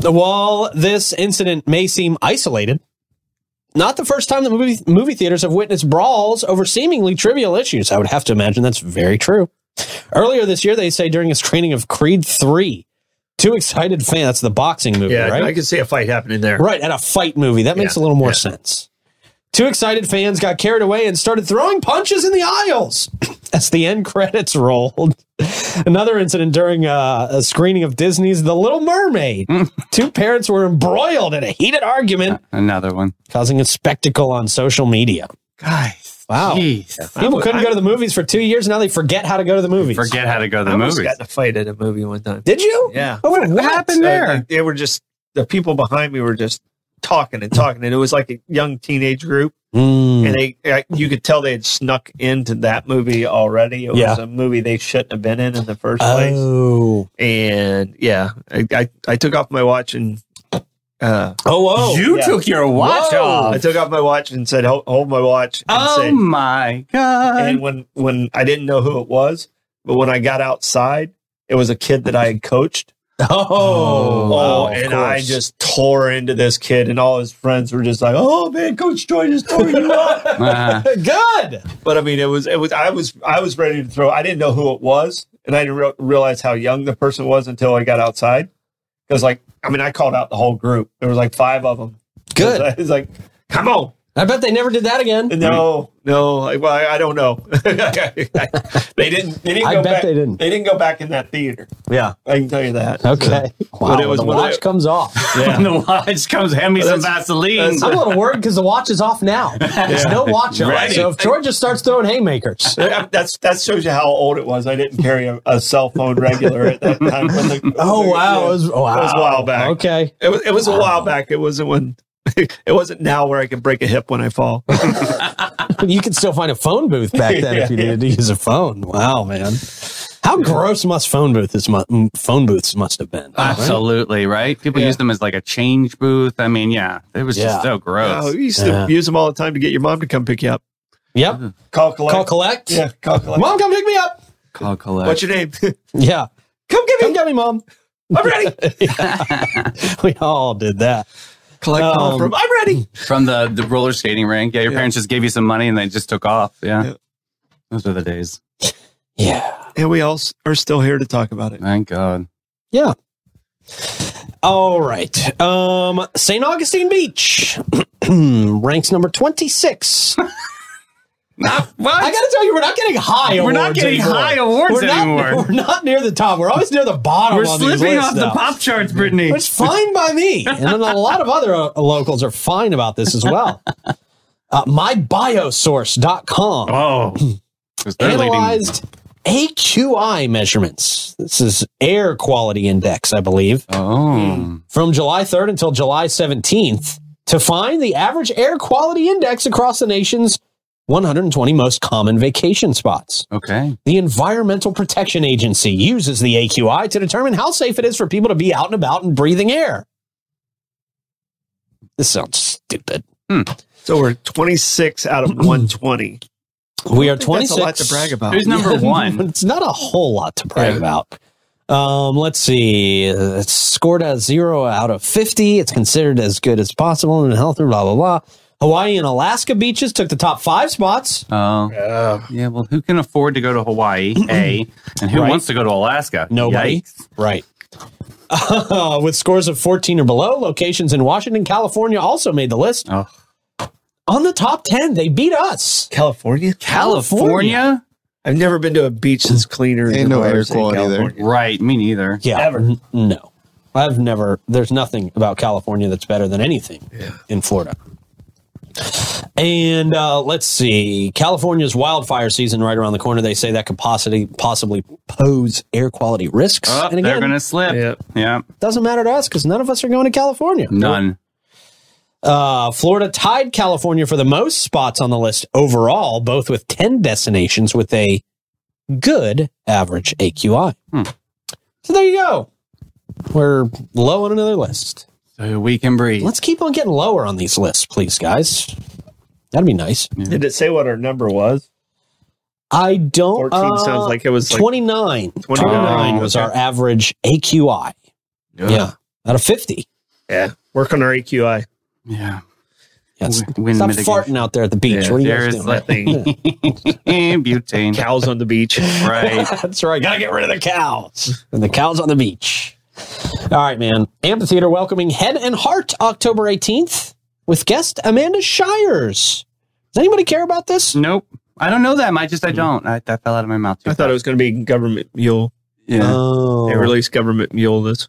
While this incident may seem isolated, not the first time that movie, movie theaters have witnessed brawls over seemingly trivial issues. I would have to imagine that's very true. Earlier this year, they say during a screening of Creed 3, two excited fans, that's the boxing movie,
Yeah,
right?
I can see a fight happening there.
Right, at a fight movie. That makes a little more sense. Two excited fans got carried away and started throwing punches in the aisles as the end credits rolled. Another incident during uh, a screening of Disney's The Little Mermaid. Two parents were embroiled in a heated argument,
Another one.
causing a spectacle on social media.
Guys.
Wow.
Jeez.
People couldn't go to the movies for two years. Now they forget how to go to the movies.
Forget how to go to
I
the
almost
movies.
got in a fight at a movie one time.
Did you?
Yeah.
Oh, what, happened
Uh, they- they were just the people behind me were just talking and talking, and it was like a young teenage group,
Mm. Hmm.
and they I, you could tell they had snuck into that movie already. It
Yeah.
was a movie they shouldn't have been in in the first place,
Oh.
and yeah, I, I I took off my watch and. Uh,
Oh, whoa.
you
yeah.
took your watch
Whoa.
off.
I took off my watch and said, "Hold, hold my watch." And
Oh
said,
my god.
and when when I didn't know who it was, But when I got outside, it was a kid that I had coached.
Oh,
Oh,
wow, of
and I
course.
just tore into this kid, and all his friends were just like, "Oh man, Coach Joy just tore you up."
Uh,
good.
but I mean, it was it was I was I was ready to throw. I didn't know who it was, and I didn't re- realize how young the person was until I got outside. Because like, I mean, I called out the whole group. There was like five of them.
Good.
It's like, come on.
I bet they never did that again.
No, no. I- Well, I, I don't know. they didn't. They didn't
I
go
bet
back.
they didn't.
They didn't go back in that theater.
Yeah.
I can tell you that.
Okay. Wow.
But it was
the
one of
watch
the-
comes off.
When the watch comes, hand me some Vaseline.
I'm a little worried because the watch is off now. There's no watch on.
Right.
So if Troy just starts throwing haymakers,
So that's that shows you how old it was. I didn't carry a, a cell phone regular at that time. when the-
oh wow, it was, wow,
It was a while back.
Okay,
It was, it was a while back. It wasn't when. It wasn't now where I can break a hip when I fall.
you could still find a phone booth back then if you
Yeah.
needed to use a phone. Wow, man, how gross must phone booths mu- mm, phone booths must have been?
Absolutely, right? People
Yeah.
use them as like a change booth. I mean, yeah, it was
Yeah.
just so gross.
Oh, we used
Yeah.
to use them all the time to get your mom to come pick you up.
Yep.
Call collect.
Call collect.
Mm-hmm. yeah, call collect.
Mom, come pick me up.
Call collect.
What's your name?
Yeah. Come get me. Come get me, mom.
I'm ready.
We all did that.
Collect
Oh.
call
Um,
from. I'm ready.
From the, the roller skating rink. Yeah, your
Yeah.
parents just gave you some money and they just took off. Yeah.
Yeah.
Those were the days.
Yeah.
And we all s- are still here to talk about it.
Thank God.
Yeah. All right. Um, St. Augustine Beach ranks number 26.
Not, what?
I got to tell you, we're not getting high
We're
awards.
not getting
anymore.
high awards
we're not,
anymore.
We're not near the top. We're always near the bottom.
We're
on these
slipping
lists
off the
now.
pop charts, Brittany.
It's fine by me. And then a lot of other uh, locals are fine about this as well. Uh, mybiosource.com
Oh. 'Cause they're leading-
analyzed AQI measurements. This is air quality index, I believe,
Oh.
from July 3rd until July 17th to find the average air quality index across the nation's 120 most common vacation spots.
Okay.
The Environmental Protection Agency uses the AQI to determine how safe it is for people to be out and about and breathing air. This sounds stupid.
So we're 26 out of 120.
We are
I think
26.
That's a lot to brag about.
Who's number
Yeah,
one?
It's not a whole lot to brag
Yeah.
about. Um, let's see. Uh, It's scored a zero out of 50. It's considered as good as possible and healthy, blah, blah, blah. Hawaii and Alaska beaches took the top five spots.
Oh. Yeah, well, who can afford to go to Hawaii? A. And who
Right.
wants to go to Alaska?
Nobody.
Yikes.
Right. Uh, with scores of 14 or below, locations in Washington, California also made the list.
Oh.
On the top 10, they beat us.
California?
California?
I've never been to a beach that's cleaner.
Ain't
than
no
what
air
I've seen in
quality there.
California.
Right. Me neither.
Yeah.
Ever.
n- no. I've never, there's nothing about California that's better than anything in Florida. And uh, let's see, California's wildfire season right around the corner. They say that could possibly possibly pose air quality risks.
Oh,
and
they're
again,
going to slip.
Yeah.
Yeah.
doesn't matter to us because none of us are going to California.
None.
Uh, Florida tied California for the most spots on the list overall, both with 10 destinations with a good average AQI.
Hmm.
So there you go. We're low on another list.
So we can breathe.
Let's keep on getting lower on these lists, please, guys. That'd be nice.
Did it say what our number was?
I don't.
14
Uh,
sounds like it was like
29.
29.
29 was our average AQI. Yeah. Out of 50.
Work on our E AQI.
Yeah.
Yeah, it's-
W- wind
stop
mitigation.
farting out there at the beach.
Yeah,
what are you
There
guys
is
doing?
that thing. Butane.
Cows on the beach.
Right.
That's right. Gotta get rid of the cows. And the cows on the beach. All right, man. Amphitheater welcoming Head and Heart October 18th with guest Amanda Shires. Does anybody care about this?
Nope. I don't know them. I just, I don't. Mm. I, uh, that fell out of my mouth. Too
I thought it was going to be government mule.
Yeah.
Oh.
They released government mule this.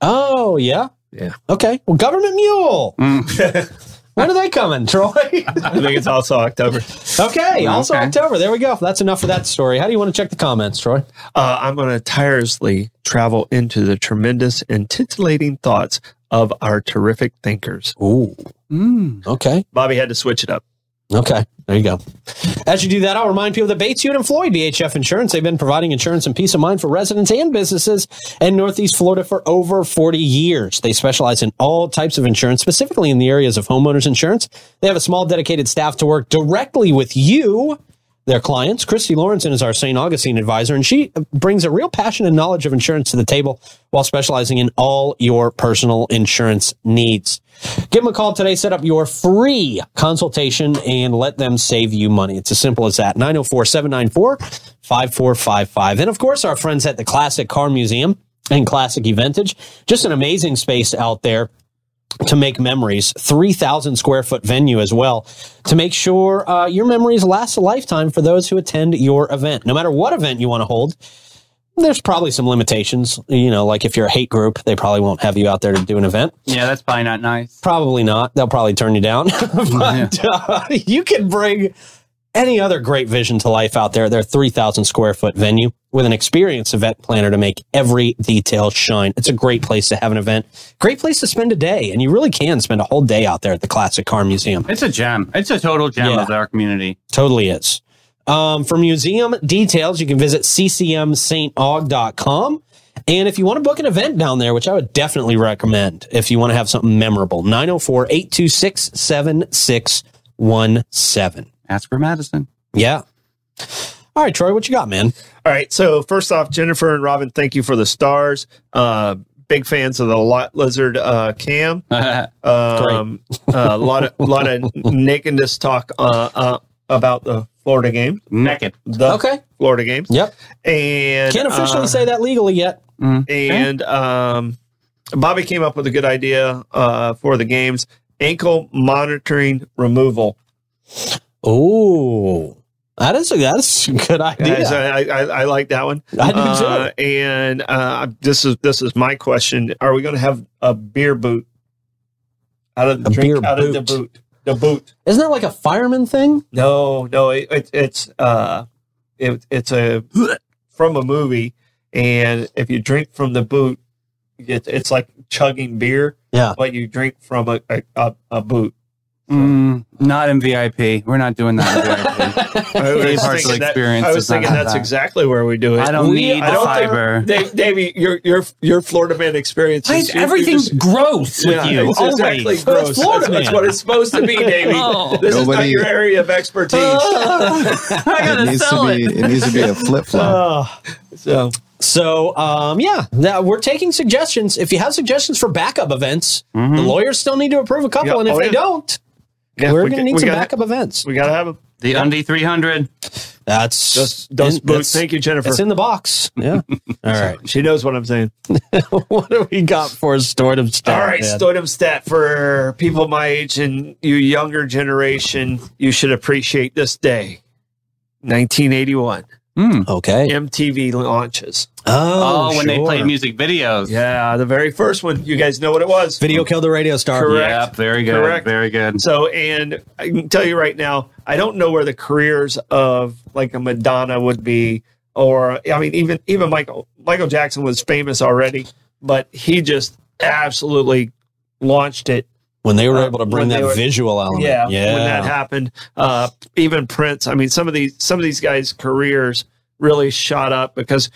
oh, yeah?
Yeah.
Okay. Well, Government Mule.
Mm.
When are they coming, Troy?
I think it's also October.
okay. Also
Okay.
October. There we go. That's enough for that story. How do you want to check the comments, Troy?
Uh, I'm going to tirelessly travel into the tremendous and titillating thoughts of our terrific thinkers.
Ooh.
Mm.
Okay.
Bobby had to switch it up.
Okay, there you go. As you do that, I'll remind people that Bates, Hewitt, and Floyd BHF Insurance, they've been providing insurance and peace of mind for residents and businesses in Northeast Florida for over 40 years. They specialize in all types of insurance, specifically in the areas of homeowners insurance. They have a small dedicated staff to work directly with you. their clients. Christy Lawrenson is our St. Augustine advisor, and she brings a real passion and knowledge of insurance to the table while specializing in all your personal insurance needs. Give them a call today. Set up your free consultation and let them save you money. It's as simple as that. 904 794 5455. And of course, our friends at the Classic Car Museum and Classic Eventage, just an amazing space out there to make memories 3000 square foot venue as well to make sure uh, your memories last a lifetime for those who attend your event no matter what event you want to hold there's probably some limitations you know like if you're a hate group they probably won't have you out there to do an event
Yeah, that's probably not nice.
probably not they'll probably turn you down but uh, you can bring any other great vision to life out there their 3000 square foot venue with an experienced event planner to make every detail shine it's a great place to have an event great place to spend a day and you really can spend a whole day out there at the classic car museum
It's a gem. It's a total gem
Yeah.
of our community.
totally is um, for museum details you can visit ccmsaintaug.com and if you want to book an event down there which i would definitely recommend if you want to have something memorable 904-826-7617
Ask for Madison.
yeah all right troy what you got man
All right. So first off, Jennifer and Robin, thank you for the stars. Uh, big fans of the lot lizard uh, cam. Um, a lot of lot of nakedness talk uh, uh, about the Florida game.
Naked.
The
Okay.
Florida games.
yep
Uh, And
can't officially
uh,
say that legally yet
and um, Bobby came up with a good idea uh, for the games: ankle monitoring removal.
oh that is a that's a good idea
Guys, I, I, I I like that one.
I do
Uh, and uh, this is this is my question: Are we going to have a beer boot out of the
A
drink,
beer
out of the
boot.
boot? The boot?
isn't that like a fireman thing
No, no. It, it, it's uh, it, it's a from a movie, and if you drink from the boot, it, it's like chugging beer,
yeah
but you drink from a a, a, a boot.
Mm, not in VIP. We're not doing that in VIP.
I
Dave Hartzell experience
I
is
was
not
thinking
like
that's
that.
exactly where we do it.
I don't
We-
need
I
the
don't think-
fiber.
Dave, Davey, your your your Florida man experience.
Why
is-
is
you- you
everything's
just-
gross with you.
it's
always.
exactly
Well, it's
gross.
Florida
That's, that's
man.
what it's supposed to be, Davey.
Oh.
This is not
Nobody-
your area of expertise.
Uh,
I
It
gotta
needs
sell
to
it.
be. It needs to be a flip flop.
so
So, um, yeah, now we're taking suggestions. If you have suggestions for backup events, the lawyers still need to approve a couple.
Mm-hmm.
And
Yeah,
if
oh,
they
yeah.
don't,
Yeah,
we're going
we
to
got-
need
we
some
gotta-
backup events.
we gotta have a
The Undy 300.
That's
those, those
in-
boots.
that's-
Thank you, Jennifer.
It's in the box. Yeah. All right.
She knows what I'm saying.
what do we got for restorative stuff?
All right,
man?
Stodum stat for people my age and you younger generation, you should appreciate this day. 1981
Mm.
okay.
MTV launches. Uh,
Oh, when they
sure.
played music videos.
Yeah, the very first one. You guys know what it was.
Video killed the radio star.
Correct.
Yep, very good.
Correct.
Very good.
So, and I can tell you right now, I don't know where the careers of like a Madonna would be, or I mean, even even Michael Michael Jackson was famous already, but he just absolutely launched it.
When they were
Uh,
able to
when
bring
they
that
were-
visual element.
Yeah,
Oh, Yeah.
when that happened, uh, even Prince. I mean, some of these some of these guys' careers really shot up because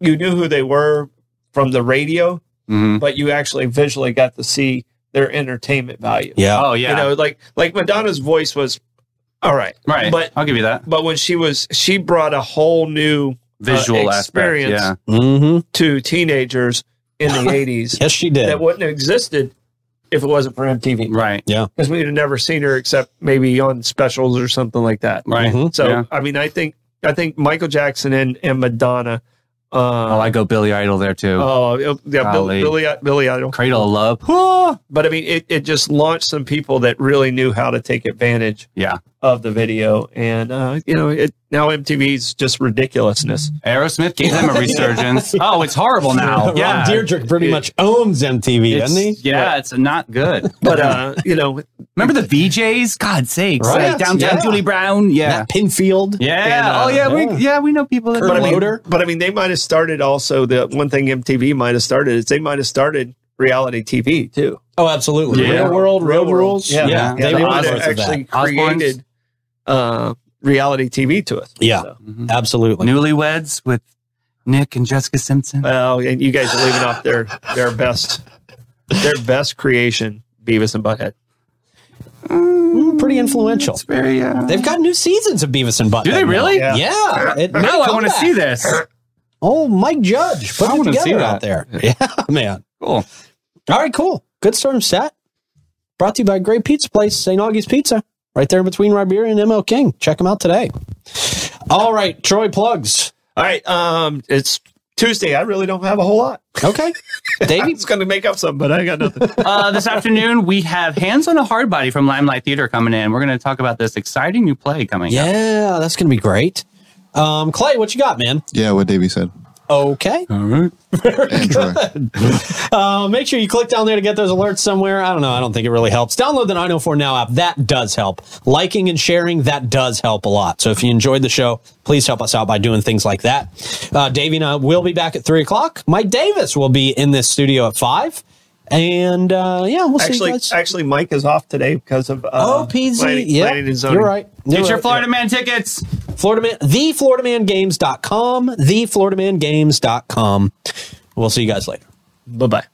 you knew who they were from the radio,
Mhm.
but you actually visually got to see their entertainment value.
yeah.
Oh, yeah.
You know, like like Madonna's voice was all right,
right.
but-
I'll give you that.
but when she was she brought a whole new uh,
Visual aspect.
experience.
Yeah.
mm-hmm.
to teenagers in the 80s
Yes, she did.
that wouldn't have existed if it wasn't for MTV
Right.
because we'd have never seen her except maybe on specials or something like that.
Right.
Mhm.
So
Yeah.
I mean, I think I think Michael Jackson and, and Madonna.
Oh,
Uh,
I go Billy Idol there too.
Oh yeah, Bill,
Golly.
Billy Billy Idol.
Cradle of Love. Ah!
But I mean, it, it just launched some people that really knew how to take advantage
Yeah.
of the video, and uh, you know, it now MTV's just ridiculousness.
Aerosmith gave them a resurgence. Oh, it's horrible now.
Ron
Yeah.
Deirdre pretty much owns MTV,
It's-
doesn't he?
Yeah, it's not good.
But uh, you know,
Remember the VJs? God sakes.
Right.
Like downtown
Yeah.
Julie Brown. Yeah.
Matt Pinfield.
yeah.
And, uh,
oh yeah, we yeah, we know people that
Kurt
but I mean,
Loder?
but I mean, they might have started also the one thing MTV might have started is they might have started reality TV too.
Oh, absolutely.
Yeah.
Real world, real,
Real World.
rules.
Yeah.
Yeah.
They
And they
were
might have
both of that.
actually
Osbournes?
created uh, reality TV to us.
Yeah,
So,
Mhm.
absolutely.
Newlyweds with Nick and Jessica Simpson.
well, and you guys are leaving off their their best their best creation, Beavis and Butthead.
pretty influential.
Very, uh,
They've got new seasons of Beavis and Butthead.
do they
now.
really?
Yeah.
Yeah. It made
No,
a
Oh, I want to
comeback.
see this.
Oh, Mike Judge. Put
I
it
wanna
together
see that.
out there. Yeah, man.
Cool.
All right, cool. Good stardom stat. Brought to you by a great pizza place, St. Augie's Pizza, right there in between Riberia and ML King. Check them out today. All right, Troy plugs.
All right. Um, it's Tuesday. I really don't have a whole lot.
Okay.
I
Davey,
was going to make up something, but I got nothing.
Uh, this afternoon, we have Hands on a Hard Body from Limelight Theater coming in. We're going to talk about this exciting new play coming up.
Yeah, that's going to be great. Um, Clay, what you got, man?
Yeah, what Davey said.
Okay.
All right.
And Troy.
Uh, make sure you click down there to get those alerts somewhere. I don't know. I don't think it really helps. Download the 904 Now app. That does help. Liking and sharing, that does help a lot. So if you enjoyed the show, please help us out by doing things like that. Uh, Davey and I will be back at 3 o'clock. Mike Davis will be in this studio at 5. And uh, yeah, we'll see you
actually,
guys.
actually, Mike is off today because of uh,
Oh, PZ.
planning-
Yeah.
planning and zoning.
You're right. You're
Get your
right.
Florida Man tickets.
Florida Man, the FloridaManGames.com, the FloridaManGames.com. We'll see you guys later.
Bye bye.